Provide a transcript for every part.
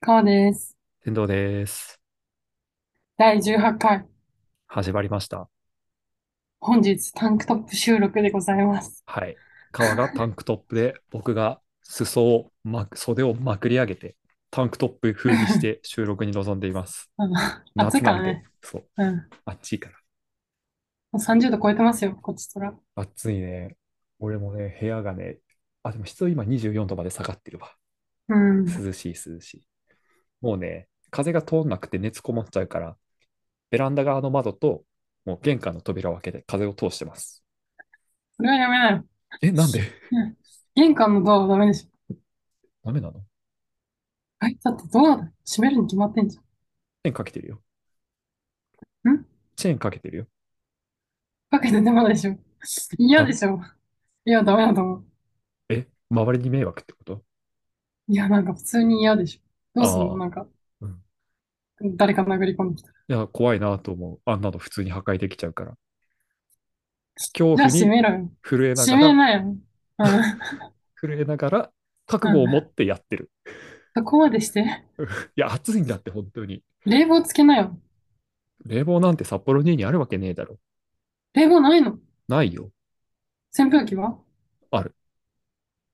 川です。天童です。第18回。始まりました。本日タンクトップ収録でございます。はい。川がタンクトップで、僕が裾をまく、袖をまくり上げて、タンクトップ風に して収録に臨んでいます。あの暑い 夏かなんらで、ね。そう、うん。もあっちいから。う30度超えてますよ、こっちとら。暑いね。俺もね、部屋がね、あ、でも湿度今24度まで下がってるわ。うん。涼しい、涼しい。もうね、風が通んなくて熱こもっちゃうから、ベランダ側の窓と、もう玄関の扉を開けて風を通してます。それはやめなよ。え、なんでうん。玄関のドアはダメでしょ。ダメなのえ、だってドア閉めるに決まってんじチェーンかけてるよ。ゃん。んチェーンかけてるよ。かけててもでし ょ。嫌ダでメしょ。いや、ダメだと思う。え、周りに迷惑ってこといや、なんか普通に嫌でしょ。どうすんのああ、なんか、うん。誰か殴り込んできたら。いや、怖いなと思う。あんなの普通に破壊できちゃうから。恐じゃあ怖閉にめろよ。震えな閉めがら、なよ。うん。震えながら、覚う悟をん。持ってやってる。そこまでして。いや、暑いんだって、本当に。冷房つけなよ。冷房なんて札幌ににあるわけねえだろ。冷房ないのないよ。扇風機はある。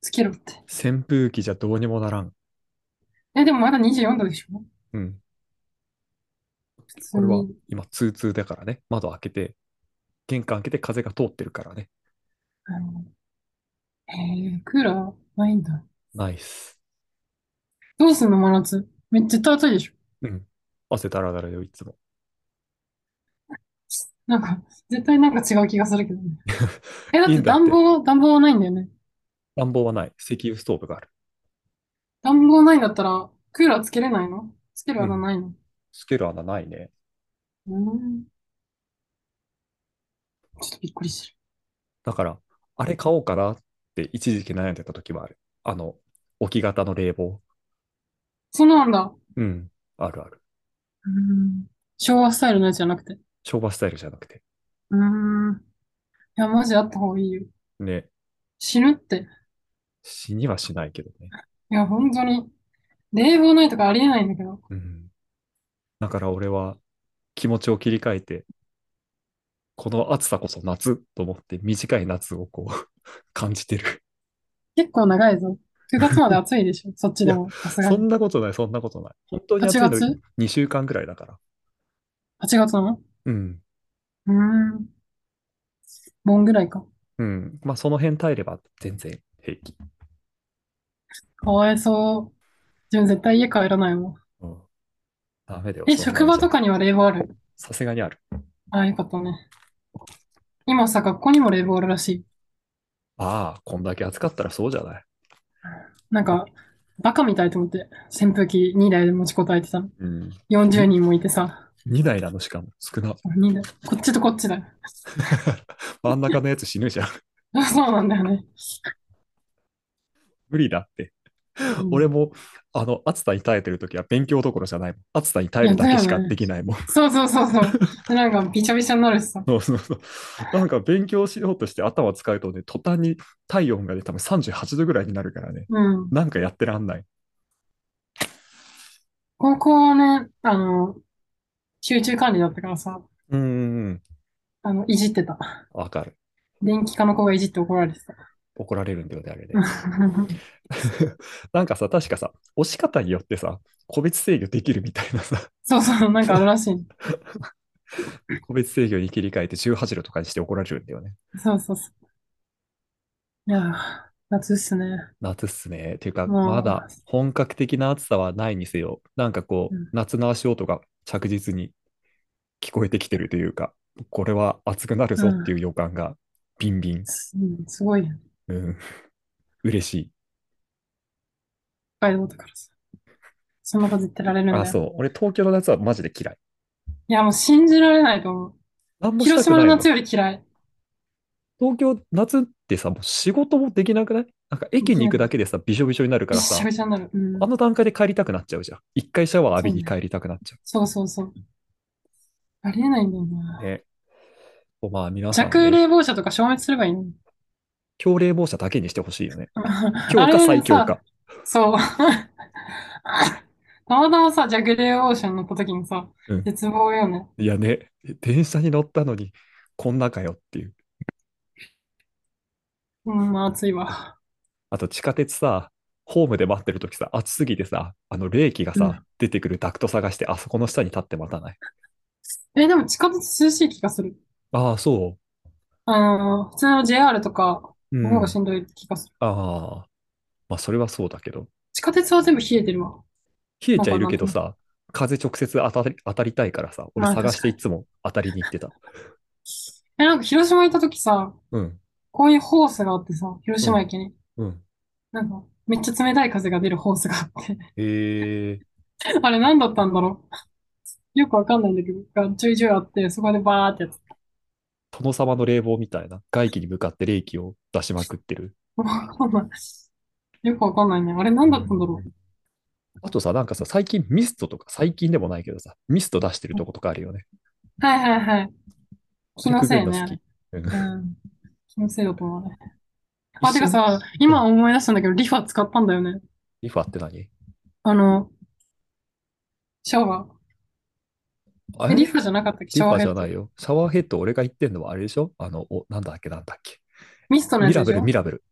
つけろって。扇風機じゃどうにもならん。え、でもまだ24度でしょうん。普通俺はに。今、通通だからね。窓開けて、玄関開けて風が通ってるからね。あのへえ、クーラーないんだ。ナイス。どうすんの真夏。めっちゃ暑いでしょうん。汗だらだらよ、いつも。なんか、絶対なんか違う気がするけど ね。え、だっいいてんだっ暖て。房、暖房はないんだよね。暖房はない。石油ストーブがある。暖房ないんだったら、クーラーつけれないのつけるう穴ん。ないのつける穴ないね。うーん。ちょっとびっくりしてる。だから、あれ買おうかなって一時期悩んでた時はある。あの、置き型の冷房。そうなんだ。うん。あるある。うーん。昭和スタイルのやつじゃなくて。昭和スタイルじゃなくて。うーん。いや、マジあった方がいいよ。ね。死ぬって。死にはしないけどね。いや、本当に。冷房ないとかありえないんだけど。うん。だから俺は気持ちを切り替えて、この暑さこそ夏と思って短い夏をこう 感じてる。結構長いぞ。9月まで暑いでしょ、そっち いでや、も、さすがそに。んなことない、そんなことない。本当に8暑いの月2週間ぐらいだから。 ?8 月なのうん。うーん、盆ぐらいか。うん。まあその辺耐えれば全然平気。かわいそう。自分絶対家帰らないもん。うん。ダメだよ、え、そん職なん場じとゃ。かには冷房あるさすがにある。あ、よかったね。今さ、学校にも冷房あるらしい。ああ、こんだけ暑かったらそうじゃない。なんか、バカみたいと思って、扇風機2台で持ちこたえてさ、うん。 40に、人もいてさ、 2台なのしかも、少な。 2台、こっちとこっちだよ。 真ん中のやつ死ぬじゃん。 そうなんだよね。無理だって。う俺ん。も、あの、暑さに耐えてるときは勉強どころじゃないもん。暑さにい耐えや、るだだけよしかね。できないもん。そうそうそうそう。で、なんか、びちゃびちゃになるしさ。そうそうそう。なんか勉強しようとして頭使うとね、途端に体温がね、多分38度ぐらいになるからね。うん。なんかやってらんない。高校はね、あの、集中管理だったからさ、うんうんうん。あの、いじってた。わかる。電気科の子がいじって怒られてた。 怒られるんだよね、あれうね。ん なんかさ、確かさ、押し方によってさ、個別制御できるみたいなさ、 そうそう、なんかあるらしい。個別制御に切り替えて18度とかにして怒られるんだよね。そうそうそう。いやー、夏っすね。夏っすね。ていうか、まもだ本格的な暑さはないにせよ、なんかこう、う、うん夏の足音が着実に聞こえてきてるというか、これは暑くなるうぞっていんう予感が、ビンビン。す、うんすごいよね。うん、嬉しい。北海道だからさ。そんなこと言ってられるんあ、だよ。そう。俺、東京の夏はマジで嫌い。いや、もう信じられないと思う。なんもし広たく島のない夏の。より嫌い。東京、夏ってさ、もう仕事もできなくないなんかで駅きにな行くくだなける。でさ、びしょびしょになるかびっらしゃさ、びしゃになる。うあん。の段階で帰りたくなっちゃうじゃん。一回シャワー浴そびうにね。帰りたくなっちゃそうそうそう。ありえないんだよう。な。ね。まあ、皆さん弱ね、冷房車とか消滅すればいいのに。 強冷房車だけにしてほしいよね。あ強かれ最強さ、か。そう。 たまたまさ、じゃあグレーオーシャン乗った時にさうん、絶望よね。いやね、電車に乗ったのに、こんなかよっていう。うん、まあ暑いわ。あと地下鉄さ、ホームで待ってるときさ、暑すぎてさ、あの冷気がさ、うん出てくるダクト探して、あそこの下に立って待たない。え、でも地下鉄涼しい気がする。ああ、そあの、普通の JR とか、う。うのん。方あがしんどい気がする。あ。まあ、それはそうだけど。地下鉄は全部冷えてるわ。冷えちゃいるけどさ、風直接当たり、当たりたいからさ、俺まあ探し確かていつも当たりに行っ てた。え、なんか広島行った時さ、うん、こういうホースがあってさ、広島駅に。うん。なんか、めっちゃ冷たい風が出るホースがあって。 へえ。あれ何だったんだろう。 よくわかんないんだけど、がちょいちょいあって、そこでバーってやつ。殿様の冷房みたいな、外気に向かって冷気を出しまくってる。 わかんない。よくわかんないね。あれ何だったんだろう。あとさ、なんかさ、最近ミストとか、最近でもないけどさ、ミスト出してるとことかあるよね。はいはいはい。気のせいね。うんうん。気のせいだと思うね。あ、てかさ、今思い出したんだけど、リファ使ったんだよね。リファって何あの、シャワあー。えれリファじゃなかったっけシャワーリヘファじゃッド。ないよ。シャワーヘッド、俺が言ってんのはあれでしょあの、お、なんだっけ、なんだっけ。ミストのやミつラでベしル、ょミラベル。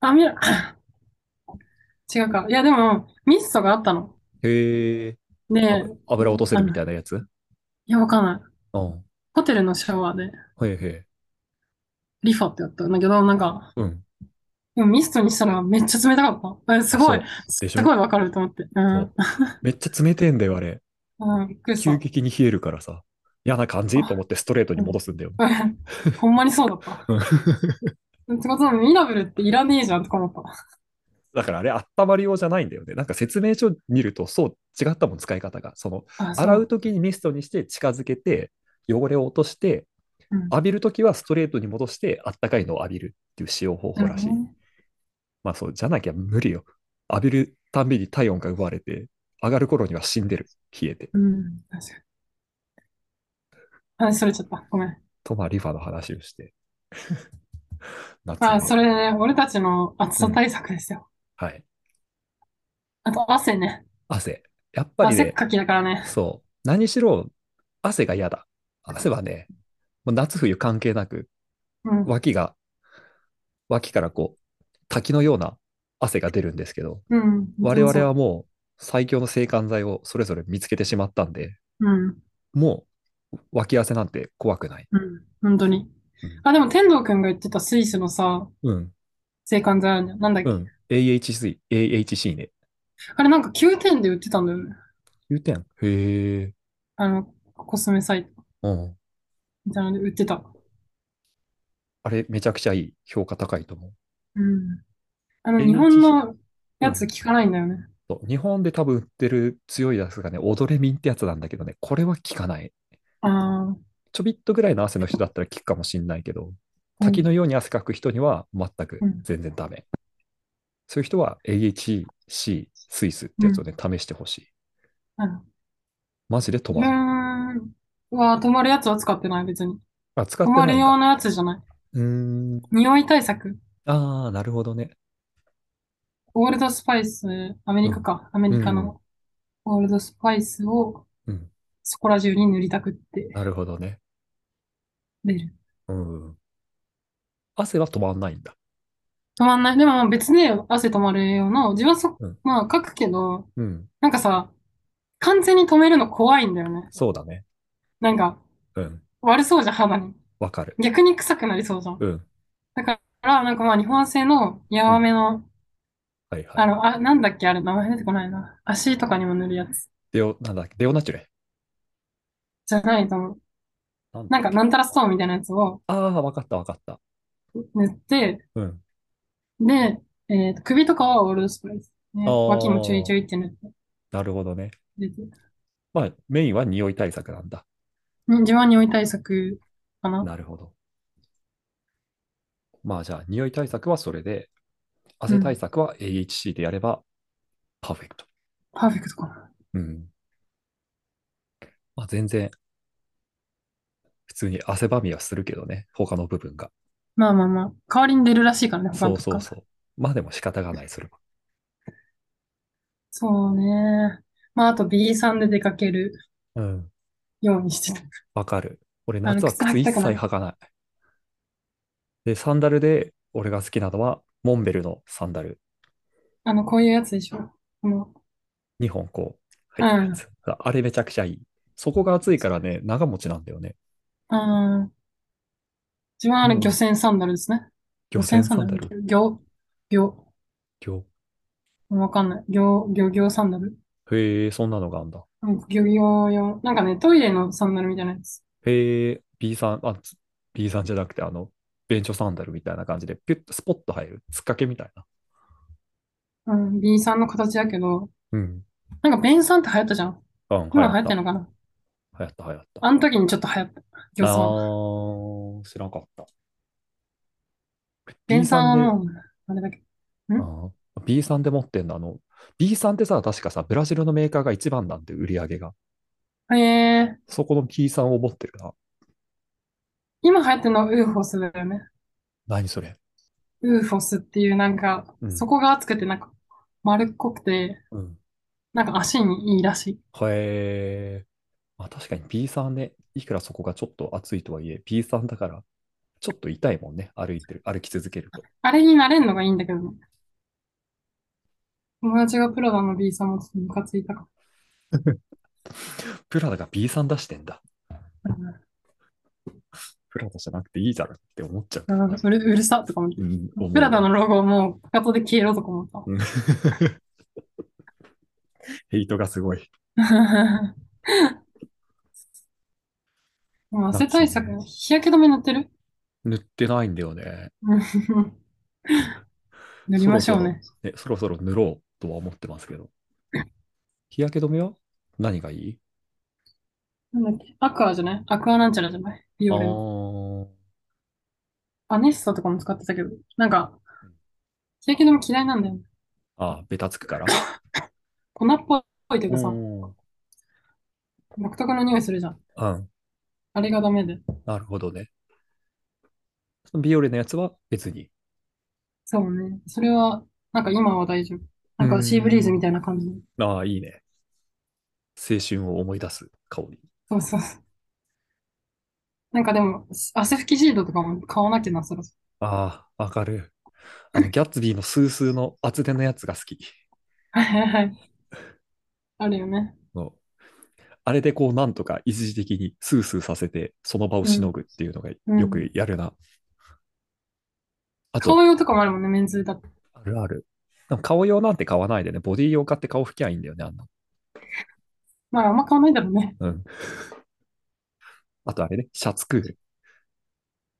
あ、ミラ、 違うか。いや、でも、ミストがあったの。へえ。で、あ油落とせるみたいなやついや、わかんない。うん。ホテルのシャワーで、へえへえ。リファってやったんだけど、なんか、うん。でもミストにしたらめっちゃ冷たかった。え、すごい、そうでしすごょいわかると思って。うそんう。めっちゃ冷てえんだよ、あれ。うん、びっくりし急た。激に冷えるからさ。嫌な感じと思ってストレートに戻すんだよね。うん ほんまにそうだった。うんってことは、ミラブルっていらねえじゃんとか思った。 だからあれ、温まり用じゃないんだよね。なんか説明書見ると、そう、違ったもん、使い方が。その、あ、そう洗うときにミストにして近づけて、汚れを落として、うん浴びるときはストレートに戻して、あったかいのを浴びるっていう使用方法らしい。なるほどねまあそう、じゃなきゃ無理よ。浴びるたんびに体温が奪われて、上がる頃には死んでる。冷えて。うん、確かに。話それちゃった。ごめん。と、まあ、リファの話をして。 夏まあ、ねそれね、俺たちの暑さ対策ですよ。はい。あと、汗ね。汗。やっぱり汗っね、かきだからね。そう。何しろ、汗が嫌だ。汗はね、もう夏冬関係なく、うん。脇が、脇からこう、滝のような汗が出るんですけど、うん。我々は。はもう最強の制汗剤をそれぞれ見つけてしまったんで、うん。もう脇汗なんて怖くない。うん。本当に。あ、でも、天童くんが言ってたスイスのさ、うん。制汗剤あるじゃん。なんだっけ。うん。AHC、AHC ね。あれなんか9点で売ってたんだよね。 9点。へえ。あの、コスメサイトうん。みたいなので売ってた。あれ、めちゃくちゃいい。評価高いと思うう。ん。あの、え日本のうんやつ聞かないんだよね。そう日本で多分売ってる強いやつがね、オドレミンってやつなんだけどね、これは効かない。あちょびっとぐらいの汗の人だったら効くかもしんないけど、あ、滝のように汗かく人には全くうん全然ダメ。そういう人は AHC スイスってやつをね、試してほしい。うん。マジで止うまる。ん。うわ、止まるやつは使ってない、別に。あ、使っ止てまなるいん用だ。のやつじゃない。うーん。匂い対策。ああ、なるほどね。オールドスパイス、アメリカか。アメリカのオールドスパイスをうんそこら中に塗りたくってなるほどね。出る。うん。汗は止まんないんだ。止まんない。でも別で汗止まる用の、自分はそうん、まあ書くけど、うん。なんかさ、完全に止めるの怖いんだよね。そうだね。なんか、うん。悪そうじゃん、肌に。わかる。逆に臭くなりそうじゃん。うん。だから、なんかまあ、日本製のやわめの、はいはあい。の、あ、なんだっけ、あれ、名前出てこないな。足とかにも塗るやつ。デオ、なんだっけ、デオナチュレ。じゃないと思う。なんだなんか、なんたらストーンみたいなやつをああ、わかったわかった。塗って、うん。で、えーと、首とかはオールドスプレーですね。あー脇もちょいちょいって塗ってなるほどね。入れて。まあ、メインは匂い対策なんだ。うん自慢に追い対策かな。なるほど。まあじゃあ、匂い対策はそれで、汗対策は AHC でやれば、パーフェクト。パーフェクトかな。うん。まあ全然、普通に汗ばみはするけどね、他の部分が。まあまあまあ、代わりに出るらしいからね、他そのうとそうか。そう。まあでも仕方がない、それは。そうね。まあ、あと B さんで出かけるうん。ようにしてた。 わかる。俺、あの、夏は靴履靴き一たく切ない。履かない。で、サンダルで、俺が好きなのは、モンベルのサンダル。あの、こういうやつでしょ。この、 2本こう、入うってるやん。つ。ああれめちゃくちゃいい。そこが暑いからね、長持ちなんだよね。あー自分はあの、も漁う、船サンダルですね。漁漁船船サンダサルンダだっけル。漁、漁、漁。わかんない。漁、漁業サンダル。へえ、そんなのがあんだ。なんか漁業用。なんかね、トイレのサンダルみたいなやつ。へえ、B さん、あ、つ B さんじゃなくて、あの、便所サンダルみたいな感じで、ピュッとスポッと入る。つっかけみたいな。うん、B さんの形だけど、うん。なんか便さんって流行ったじゃん。うん、流今行流行っってんた。のかな流行った、流行った。あの時にちょっと流行った。漁さん。あー、知らんかった。B 便ささんんはで、もう、あれだけど。んあー B さんで持ってんの、あの、B さんってさ、確かさ、ブラジルのメーカーが一番なんて、売り上げが。へえそこの B さんを持ってるな。今流行ってるのはウーフォスだよね。何それ。ウーフォスっていうなんか、うそん、こが厚くてなんか丸っこくて、うん。なんか足にいいらしい。へえ。まあ確かに B さんね、いくらそこがちょっと暑いとはいえ、B さんだから、ちょっと痛いもんね、歩いてる、歩き続けると。あれに慣れるのがいいんだけどね。友達がプラダの B さんもちょっとムカついたかプラダが B さん出してんだ。も。プラダじゃなくていいだろって思っちゃう。うん、うんうる、うるさとか思っうて。ん、プ思ラうダのわ。ロゴもうかかとで消えろとか思った。 うんヘイトがすごい。でも汗夏対策、ね。日焼け止め塗って る塗ってないんだよね。うん塗りそまろしそょうろ、ね。ね、そろそろ塗ろうとは思ってます けど。日焼け止めは何がいいなんだっけアクアじゃないアクアなんちゃらじゃないビあオレの。ー、アネッサとかも使ってたけど、なんか、日焼け止め嫌いなんだよね。あー、ベタつ くから粉っぽいといううかさ、ん。うん独特の匂いするじゃん。あれがダメで。なるほどね。そのビオレのやつは別に。そうね。それは、なんか今は大丈夫。うなんかシーブリーズーみん。たいな感じの。ああ、いいね。青春を思い出す香り。そうそうそう。なんかでも、汗拭きシートとかも買わなきゃな、そろそああ、わかる。あの、ギャッツビーのスースーの厚手のやつが好き。ろ。はいはいはい。あるよね。そうあれでこう、なんとか一時的にスースーさせて、その場をうしん。のぐっていうのがうよん。くやるな。あと、顔用とかもあるもんね、メンズだと。あるある。でも顔用なんて買わないでね、ボディ用買って顔拭きゃいいんだよね、あんな。まあ、あんま買わないだろうね。うん。あとあれね、シャツクール。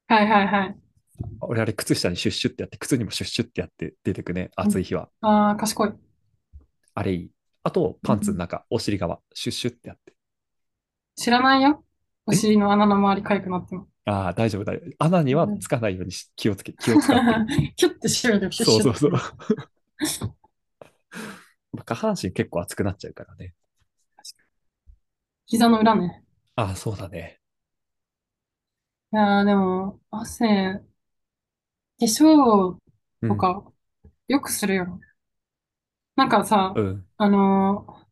はいはいはい。俺あれ、靴下にシュッシュってやって、靴にもシュッシュってやって出てくね、う暑ん。い日は。ああ、賢い。あれいい。あと、うパンツのん中、お尻側、シュッシュってやって。知らないよ。おえ尻の穴の周り痒くな っても。ああ、大丈夫、大丈夫。穴にはうんつかないようにし気をつけ、気を使ってる。キュッて締めて、 シュッそうシュそッうそう。て。 下半身結構熱くなっちゃうからね。膝の裏ね。ああ、そうだね。いやーでも、汗、化粧うとん、か、よくするよね。なんかさ、うん、あのー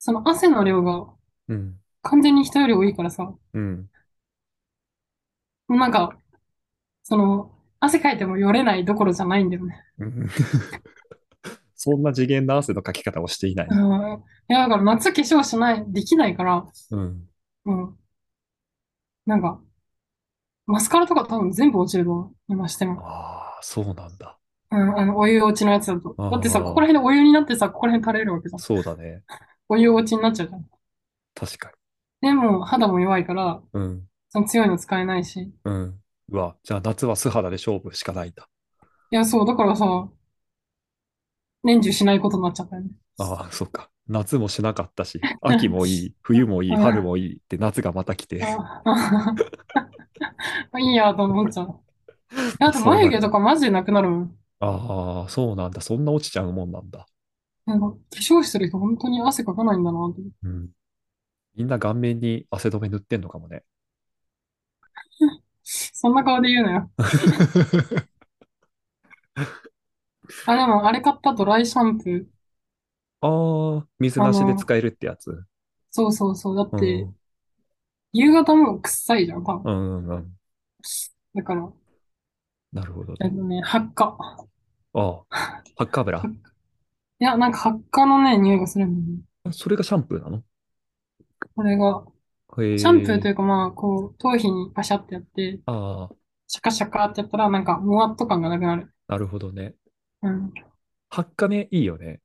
その汗の量がうん、完全に人より多いからさ、もうん。 うなんか、その、汗かいてもよれないどころじゃないんだよね。うんそんな次元の汗のかき方をしていない。うん。いや、だから夏化粧しない、できないから、うん。うん。なんか、マスカラとか多分全部落ちると思う。今しても。ああ、そうなんだ。うん、あの、お湯落ちのやつだと。だってさ、ここらああ、辺でお湯になってさ、ここら辺垂れるわけじゃん。そうだね。お湯落ちになっちゃうじゃん。確かでも、肌も弱いから、に。うん、その強いの使えないし。いうん。うわ、じゃあ夏は素肌で勝負しかないんだ。や、そう、だからさ、年中しないことになっちゃったよ ね。ああ、そっか。夏もしなかったし、秋もい い、冬もいい、春もいいって夏がまた来て、ああ、いいや、と思っちゃう。いや、あとそう眉な毛るとね。かマジでなくなるもん。ああ、そうなんだ。そんな落ちちゃうもんなんだ。なんか、化粧してる人本当に汗かかないんだな、と思って。うん。みんな顔面に汗止め塗ってんのか もね。そんな顔で言うなよ。あ、でも、あれ買ったドライシャンプー。ああ、水あなしでの、使えるってやつ。そうそうそう。だっうて、ん。夕方も臭いじゃん、多分。うん、うん。だから、なるほどえっね。とね、ハッカ。ハああ、ハッッカ油。いや、なんかハッカのね、匂いがするんだよね。あそれがシャンプーなのこれが、シャンプーへとえ。いうかまあ、こう、頭皮にパシャってやって、ああ、シャカシャカってやったら、なんか、もわっと感がなくなる。なるほどね。うん。ハッカね、いいよね。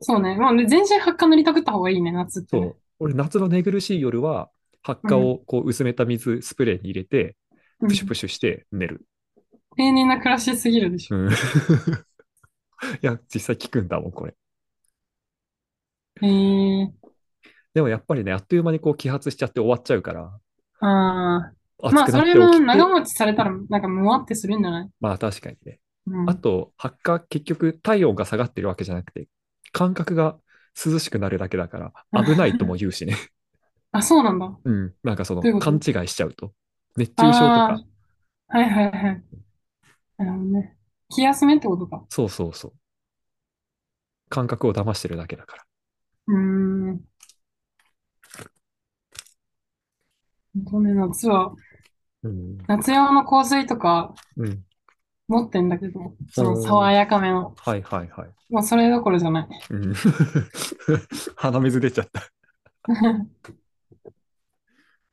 そうね。まあ、で全身ハッカ塗りたくった方がいいね、夏ってね。そう。俺、夏の寝苦しい夜は、ハッうカん。をこう薄めた水、スプレーに入れて、うプシュプん。シュして寝る。丁寧な暮らしすぎるでしょ。うん。い や、実際効くんだもん、これ。えー、でもやっぱりね、あっという間にこう揮発しちゃって終わっちゃうから、ああ。暑まあ、くそなっれても起き長て、持ちされたら、なんか、もわってするんじゃないまあ確かにね。うあん。と、発火、結局体温が下がってるわけじゃなくて、感覚が涼しくなるだけだから、危ないとも言うしね。 あ、そうなんだ。どうん。なんかその、ういうこ勘と違いしちゃうと。熱中症とあか、あー、はいはいはい。なるほどね。気休めってことか。そうそうそう。感覚を騙してるだけだから。うーん。ほんとね、夏は、うん。夏用の香水とかうん。持ってんだけど、そのお爽ー。やかめの。はいはいはい。まあ、それどころじゃない。 うん。 鼻水出ちゃった。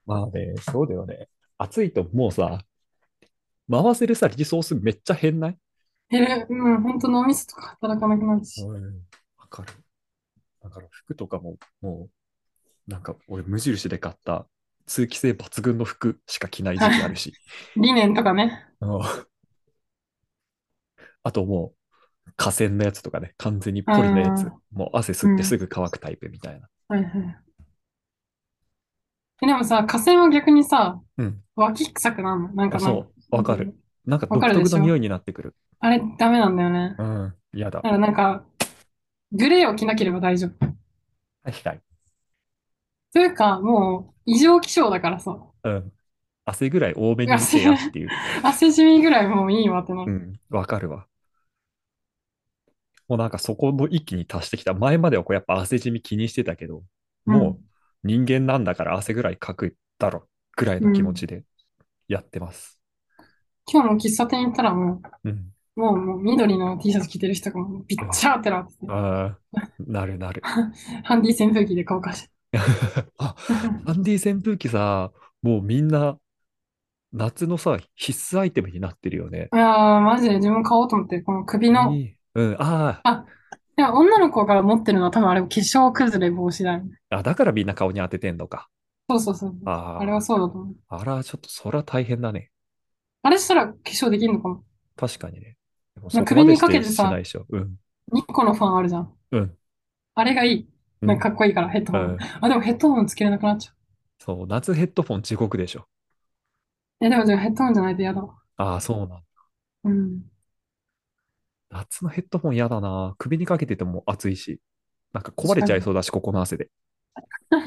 まあね、そうだよね。暑いともうさ、回せるさ、リソースめっちゃ減んない減る、うん、ほんと脳みそとか働かなくなるし。うん。わかる。だから服とかも、もう、なんか俺無印で買った通気性抜群の服しか着ない時期ある し。理念とかね。うんあともう、河川のやつとかね、完全にうポリのやつ。ん、もう汗吸うってすん。ぐ乾くタイプみたいな。はいはい。え、でもさ、河川は逆にさ、うん。脇臭くなるの。なんかなあ、んか、そう。わなんてかいうる。のなんかわ独かるで特しの匂ょいになってくる。あれダメなんだよね。うん。嫌だかだ。らなんか、グレーを着なければ大丈夫。確かに。というか、もう、異常気象だからさ。うん。汗ぐらい多めに見汗、てやっていう。汗染みぐらいもういいわってなうる。ん。わかるわ。もうなんかそこの域に達してきた。前まではこうやっぱ汗染み気にしてたけど、うもん。う人間なんだから汗ぐらいかくだろぐらいうの気持ん。ちでやってます。今日も喫茶店行ったらもうん。う、もう、もう緑の T シャツ着てる人がもうびっあちゃーってなってて、あー、なるな る。ハンディ扇風機で乾かして。 あ、ハンディ扇風機さ、もうみんな夏のさ、必須アイテムになってるよね。いやー、マジで自分買おうと思って、この首の、いい。うん、ああ、でも女の子が持ってるのは多分あれ化粧崩れ防止だよね。ーあ、だからみんな顔に当ててんのか。そうそうそう。あれはあそうだと思う。あ、あら、ちょっとそら大変だね。あれしたら化粧できるのかな確かにね。でなもんそかこま首でにしかけててしないさ、でしょ。うん、 2個のファンあるじゃん。うん、あれがいい。うなんん、かかっこいいから、ヘッドうホン。ん。あ、でもヘッドホンつけれなくなっちゃう。そう、夏ヘッドフォン地獄でしょ。え、でもじゃあヘッドホンじゃないと嫌だわ。ああ、そうなんうん。だ。夏のヘッドフォン嫌だな。首にかけてても暑いし。なんか壊れちゃ確いかそうだし、ここの汗で。に。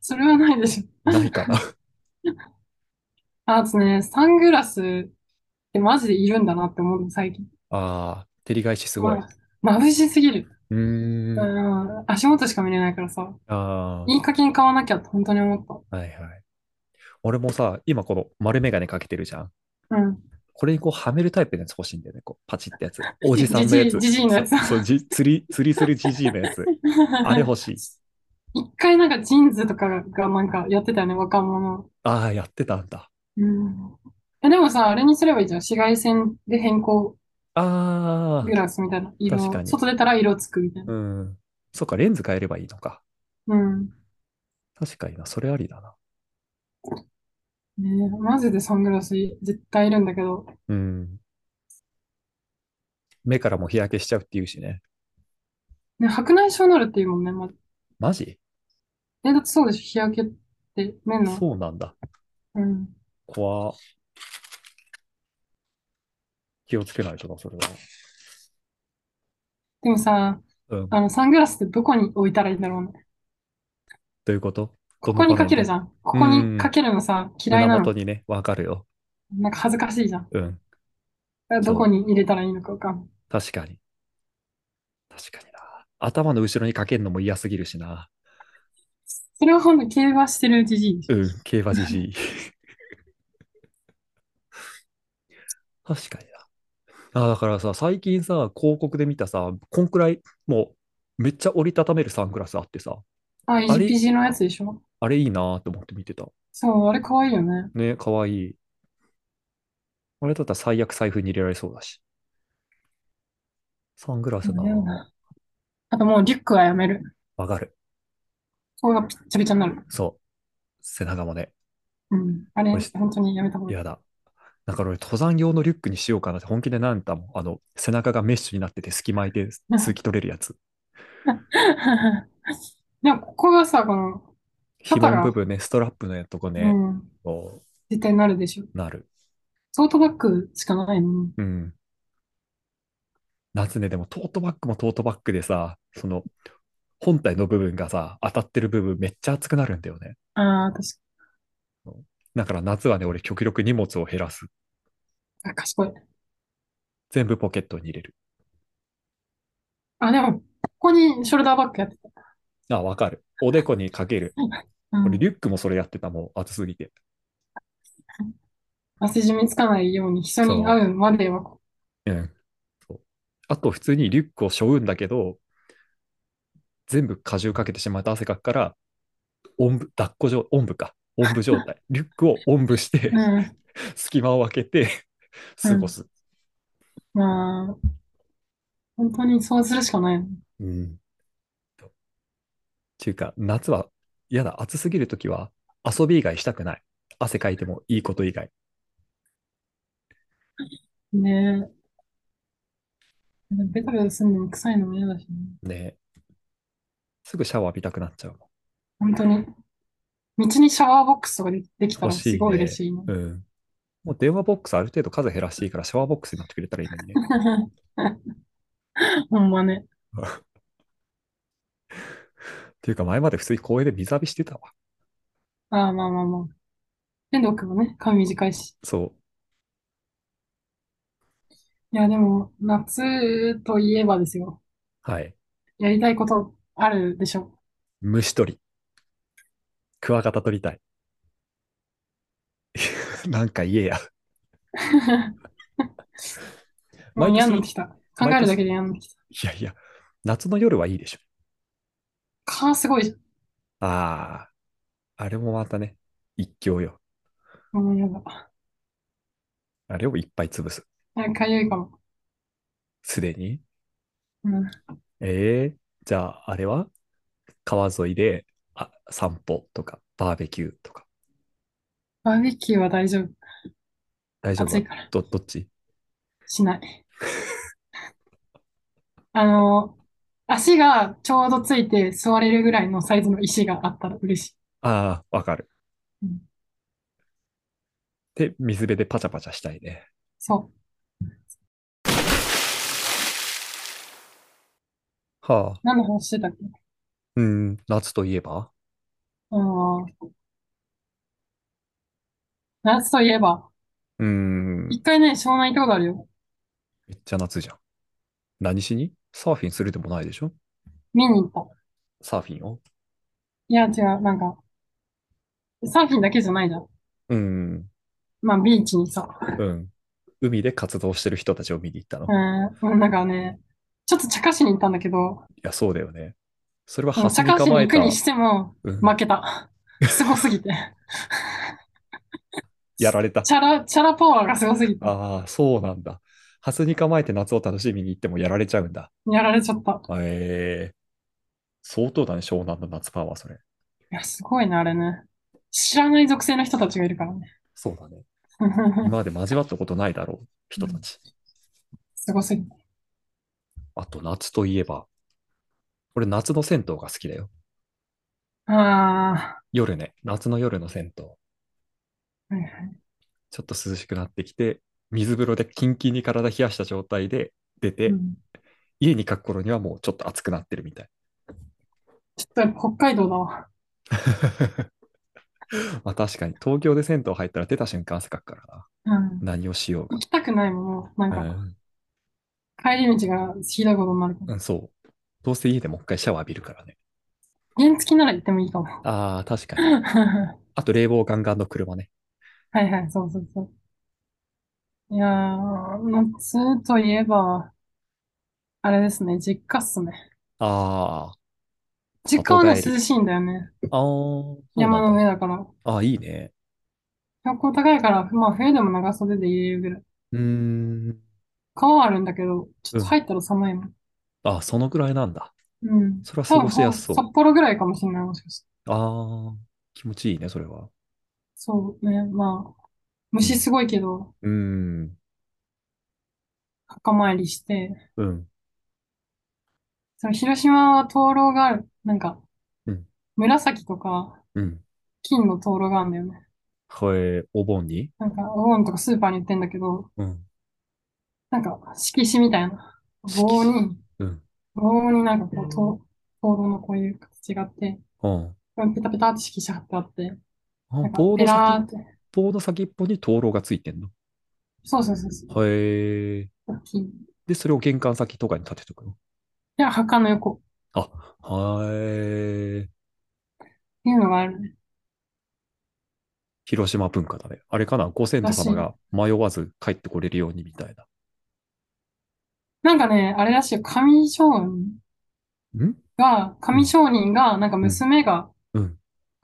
それはないでしょ。ない かな。あ、あとね、サングラスってマジでいるんだなって思うの、最近。ああ、照り返しすごい。まあ、眩しすぎる。うー。うんん、足元しか見れないからさ、あいい加減買わなきゃって本当に思っあ、はいはい。俺もさ、今この丸眼鏡かけてるじゃん。た。うん。これにこうはめるタイプのやつ欲しいんだよね。こうパチってやつ。おじ さじんのじやい、つ。じじいのやそつ。そう、じ、釣り、釣りするじじいの やつ。あれ欲しい。一回なんかジーンズとかがなんかやってたよね、若者。ああ、やってたんだ。うん。え、でもさ、あれにすればいいじゃん。紫外線で変更グあラスみたいな。あ、確色、かに。外出たら色つくみたいな。うん。そっか、レンズ変えればいいのか。うん。確かにな、それありだな。ねえ、マジでサングラス絶対いるんだけど。うん。目からも日焼けしちゃうっていうしね。ね、白内障なるっていうもんね、まず。マジえ、だってそうでしょ、日焼けって目の。そうなんだ。うん。怖っ。気をつけないとな、それは。でもさ、うん。あの、サングラスってどこに置いたらいいんだろうね。どういうことどここの場にか面けるでじゃん。こうこにかん。けるのさ、嫌胸いな元の。にね、わかるよ。なんか恥ずかしいじゃん。だかうん。らどこそう。に入れたらいいのかわかんない。確かに。確かにな。頭の後ろにかけるのも嫌すぎるしな。それはほんと競馬してるじじいでしょ。うん、競馬じじい。 確かにな。あ、だからさ、最近さ、広告で見たさ、こんくらい、もう、めっちゃ折りたためるサングラスあってさ、あ、あれ、 EGPG のやつでしょ。あれいいなと思って見てた。そう、あれ可愛いよね。ね、かわいい。あれだったら最悪財布に入れられそうだし。サングラそスうなだよぁ。ねあともうリュックはやめる。わかる。ここがピッチャピチャになる。そう。背中もね。うん。あ俺れ、し、本当にやめた方がいい。やだ。なんか俺、登山用のリュックにしようかなって本気で悩んだもん。あの、背中がメッシュになってて隙間空いて通気取れるやつ。 でも、ここがさ、この、紐肩の部が、分ね、ストラップのとこうね、ん、こ絶対なるでしょ。う、なる。トートバッグしかないの。うん。夏ね、でもトートバッグもトートバッグでさ、その、本体の部分がさ、当たってる部分めっちゃ熱くなるんだよね。ああ、確そうだから夏はね、俺極力荷物を減らす。か、あ賢い。全部ポケットに入れる。あ、でも、ここにショルダーバッグやってた。あ、わかる。おでこにかける。う俺、リん。ュックもそれやってた、もう暑すぎて。汗染みつかないように人にそ会うまでは、う。うん。そうあと、普通にリュックを背負うんだけど、全部荷重かけてしまった汗かくから、おんぶ、抱っこ状、おんぶか。おんぶ状 態。リュックをおんぶしてうん、隙間を空けてう過ごん。す。まあ、本当にそうするしかないの。うん。っていうか、夏は、やだ、暑すぎるときは、遊び以外したくない。汗かいてもいいこと以外。ねえ。でもベタベタするのも臭いのも嫌だしね。ね。すぐシャワー浴びたくなっちゃうも本当に。道にシャワーボックスとかで、できん。た欲らすしいごい嬉ね。しい な。うん。もう電話ボックスある程度数減らしていいからシャワーボックスになってくれたらいいのにね。ほんまね。っていうか前まで普通に公園で水浴びしてたわ。ああ、まあまあまあ。遠藤君もね、髪短いし。そう。いや、でも、夏といえばですよ。はい。やりたいことあるでし ょ。虫取り。クワガタ取りたい。 なんか言えや。も毎うやんの年、きた。考毎えるだ年、けでやんのきた。いやいや、夏の夜はいいでしょ。蚊すごいじああ、あれもまたね、一興よ。ゃん。もうやだ。あれをいっぱい潰す。なんか痒いかも。すでに。うん。ええじゃあ、あれは川沿いで、あ、散歩とか、バーベキューとか。バーベキューは大丈夫。大丈夫暑かいから。ど、どっちしない。 あの、足がちょうどついて座れるぐらいのサイズの石があったら嬉しい。ああ、わかる。うんで、水辺でパチャパチャしたいね。そう。は何の話してたっけあ、うん、夏といえばあー夏といえば、うーん、一回ね、湘南行ったことあるよ。めっちゃ夏じゃん。何しにサーフィンするでもないでしょ見に行った。サーフィンを。いや、違う。なんか、サーフィンだけじゃないじゃん。うん、まあ、ビーチにさ。うん。海で活動してる人たちを見に行ったの。うん、なんかね、ちょっと茶化しに行ったんだけど、いや、そうだよね。それはでも端茶に化し構にえ行くにた、しても、うん、負け た。すごすぎて。やられた。チャラ、チャラパワーがすごすぎて。ああ、そうなんだ。初に構えて夏を楽しみに行ってもやられちゃうんだ。やられちゃった。ええ相当だね、湘南の夏パワー、それ。いや、すごいな、あれね。知らない属性の人たちがいるからね。そうだね。今まで交わったことないだろう、う人たんち。 すごすぎて。あと、夏といえば、俺、夏の銭湯が好きだよ。あ夜ね、夏の夜の銭湯。あ、はいはい。ちょっと涼しくなってきて、水風呂でキンキンに体冷やした状態で出うて、ん。家に帰く頃にはもうちょっと暑くなってる みたい。ちょっとやっぱ北海道だわ。まあ確かに、東京で銭湯入ったら出た瞬間汗かくからな。うん。何をしよう行が。きたくないもん、もうなんうか、ん、帰り道がひどいことになるから。うんそう。どうせ家でもう一回シャワー浴びるからね。原付きなら行ってもいいかも。 ああ、確かに。はあと冷房ガンガンの車ね。いはい、そうそうそう。いやー、夏といえば、あれですね、実家っすね。ああ、実家里はね、帰り。涼しいんだよね。ああ、そう山なんのだ。上だから。ああ、いいね。標高高いから、まあ冬でも長袖でいれるぐらい。うーん。川あるんだけど、ちょっうとん。入ったら寒いもん。ああ、そのくらいなんだ。うん。それは過多ご分、しやほす札そ幌ぐらいかもしれない、もしかして。う。ああ、気持ちいいね、それは。そうね、まあ、う虫ん。すごいけど、うーん。墓参りして、うん。その広島は灯籠がある。なんか、うん。紫とか、うん。金の灯籠があるんだよね。これ、お盆になんか、お盆とかスーパーに売ってんだけど、うん。なんか、色紙みたいな。色棒紙。に、うん。棒になんかこう、灯灯籠のこういう形があって、うん。ペタペタって色紙貼ってあって、あ、なんか、棒ペのラー先、って、棒の先っぽに灯籠がついてんの。そうそうそうそう、へえ。大きい。いで、それを玄関先とかに立てとくの。や、墓の横っあ、はえ。ていうのがあるね。広島文化だね。あれかな、ご先ら祖し様い。が迷わず帰ってこれるようにみたいな。なんかね、あれらしいよ、神商人んが、う神ん、商人が、なんかうん、娘がうん。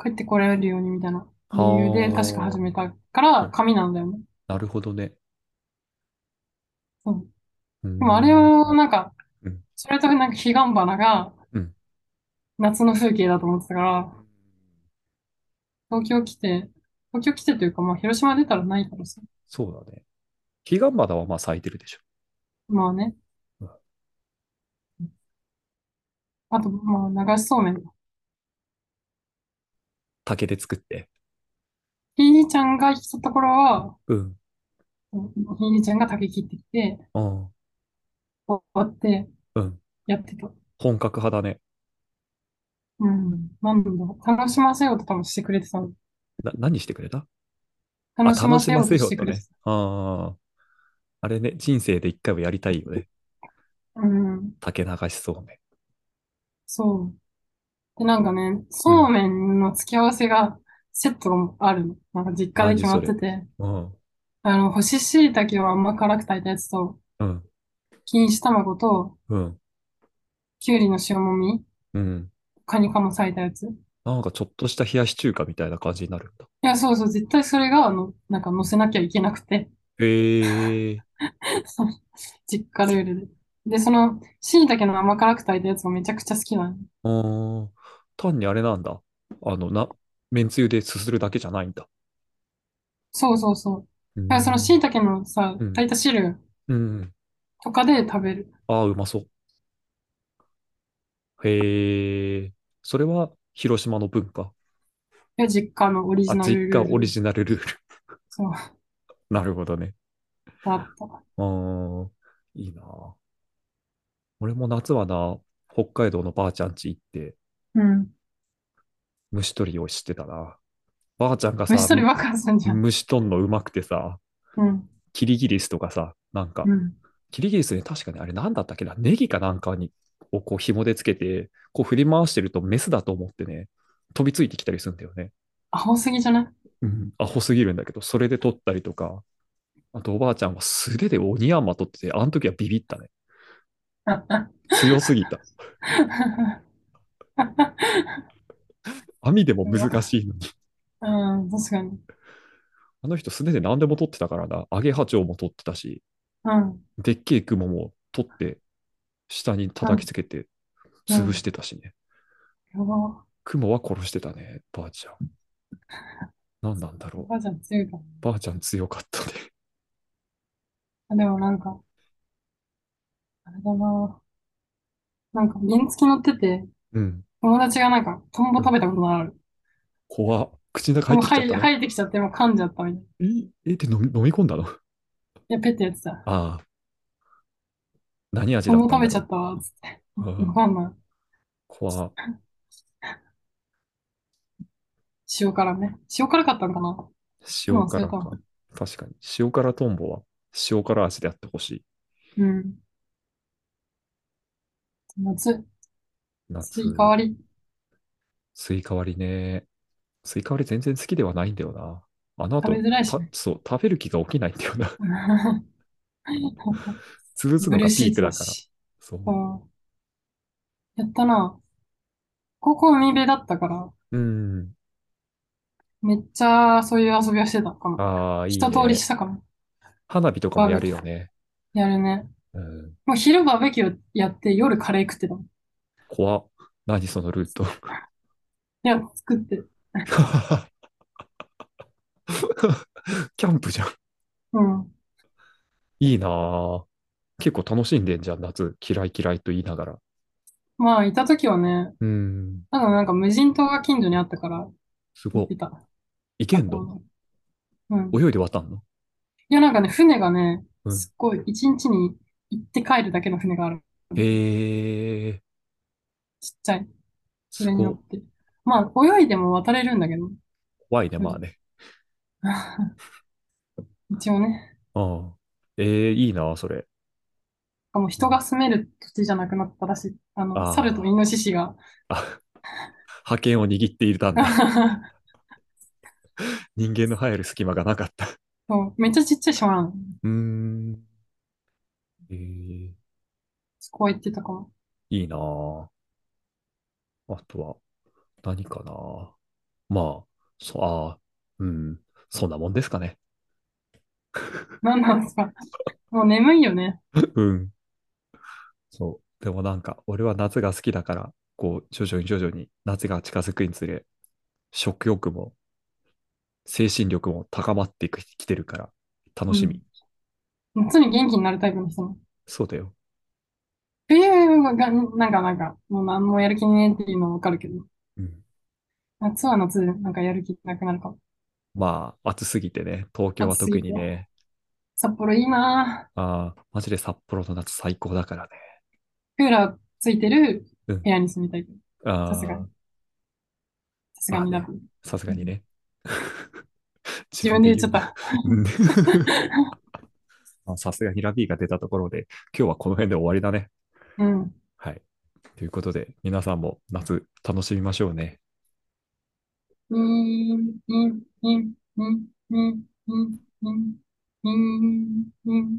帰ってこられるようにみたいな理由で、確か始はめあ。たから、な神なんだよね。なるほどね。そう。うーでもあれん。を、なんか、うん、それとなんか彼岸花がうん。夏の風景だと思ってたから、東京来て、東京来てというか、まあ、広島出たらないからさ。そうだね。彼岸花はまあ咲いてるでしょ。まあね。うんあと、まあ、流しそうめん。竹で作って。ひいじちゃんが来たところは、うん。ひいじちゃんが竹切ってきて、うん。終わってうん。やってた。本格派だね。うん。なんだろう。楽しませようと多分してくれてたの。な、何してくれたあ、楽し楽ましせまようとせしようてとくれてね。ああ。あれね、人生で一回はやりたいよね。た。うん。竹流しそうめん。そう。で、なんかね、う。そうんめんの付け合わせが、セットもあるの。なんか実家で何決まそってれ。て、うん。あの、干し椎茸を甘辛く炊いたやつと、うん。錦糸卵と、うん。きゅうりの塩もみ、うん。カニカマ咲いたやつ。いなんかちょっとした冷やし中華みたいな感じになるんだ。や、そうそう、絶対それが、あの、なんか乗せなきゃいけなくて、 へえ。そう実家ルールで。で、その、椎茸の甘辛く炊いたやつもめちゃくちゃ好きなの。うーん。単にあれなんだ。あの、な、めんつゆですするだけじゃないんだ。そうそうそう。うーだからそのん。椎茸のさ、うん。炊いた汁うん。とかで食べる。ああ、うまそう。へえ。それは広島の文化。で、実家のオリあ、ジナ実ル家ルーオル。リジナルルール。そう、なるほどね。だった。うーん。いいなあ。俺も夏はな、北海道のばあちゃん家行って、うん。虫取りをしてたな。ばあちゃんが虫さ、取りばっかすんじゃん。虫取んのうまくてさ、うん。キリギリスとかさ、なんか、うん。キリギリスね、確かにあれ何だったっけな、ネギかなんかに、をこう紐でつけて、こう振り回してるとメスだと思ってね、飛びついてきたりするんだよね。アホすぎじゃないうん。アホすぎるんだけど、それで取ったりとか、あとおばあちゃんは素手でオニヤンマ取ってて、あの時はビビったね。 強すぎた。網でもう難わしいのに。うん、確かに。あの人素手で何でも取ってたからな。アゲハチョウも取ってたし、うん、でっけえクモも取って、下にう叩きん、つけて、う潰しん。てたしね。やば。クモは殺してたね、ばあちゃん。何なんだろばあちゃん強いかう。ばあちゃん強かったね。ら。でもなんか、あれだな。なんか原付乗ってて、うん、友達がなんかトンボう食ん。べたことがある。怖っ。口の中入もっうてきちゃ入り、ったの入ってきちゃって、もう噛んじゃったみたいな。いえ、え、って飲み、飲み込んだのや、ペッてやってた。ああ、何味トだンっボた食んだべちゃろったわ、つって。う。うわん、かんない。怖っ。塩辛ね。塩辛かったんかな塩もう忘れ辛たわ。か。確かに。塩辛トンボは塩辛味であってほしい。うん。夏。ス夏、イカ割り。スイカ割りね。スイカ割り全然好きではないんだよな。あの食べ後、、づらいしたね。そう、食べる気が起きないんだよな。 潰すブのルーがピシーークトだだから。し。そうう。ん。やったな。高校海辺だったから、うん。めっちゃそういう遊びをしてたかも。ああ、いい一通りね。したかも。花火とかバもーベやるキュよー。ね。やるね。うん。もう昼バーベキューやって夜カレー食ってたもん。怖っ。何そのルート。 いや、作ってる。キャンプじゃん。うん。いいなあ結構楽しんでんじゃん、夏。嫌い嫌いと言いながら。まあ、いた時はね、うん。ただなんか無人島が近所にあったからす行っご。てた。いけ学ん校のの。うん。泳いで渡んのいや、なんかね、船がね、うん。すっごい、一日に行って帰るだけの船がある。へえ、ちっちゃい。そすれに乗ご。って。まあ、泳いでも渡れるんだけど。怖いね、うんまあね。一応ね、うんええ、いいなあそれ。もうう人がん住める土地じゃなくなったらしい。あの、猿とイあノシシが。 あ、あ、覇権を握っていたんだ。人間の入る隙間がなかった。そう、めっちゃちっちゃい島なの。うーん。ええ、そこは行ってたかも。いいなああとは、何かな。まあ、そ、ああ、うん。そんなもんですかね。なんなんですか。もう眠いよね。うん。そう。でもなんか、俺は夏が好きだから、こう、徐々に徐々に夏が近づくにつれ、食欲も精神力も高まってきてるから、楽うしん。み。夏に元気になるタイプの人も。そうだよ。冬が、なんか、なんか、もう何もやる気ねえっていうのはわかるけど。うん。夏は夏で、なんかやる気なくなるかも。まあ、暑すぎてね、東京暑はす特ぎて。にね、札幌いいなぁ。ああ、マジで札幌の夏最高だからね。クーラーついてるう部ん。屋に住みたいけど。さすがに。ああ、さすがまあにだね、と。さすうがにんね。自自分分でで言っち言ゃうっな。た。うん まあさすがにラビーが出たところで、今日はこの辺で終わりだね。うん。はい。ということで、皆さんも夏楽しみましょうね。うん、うん、うん、うん、うん、うん、うん、うん。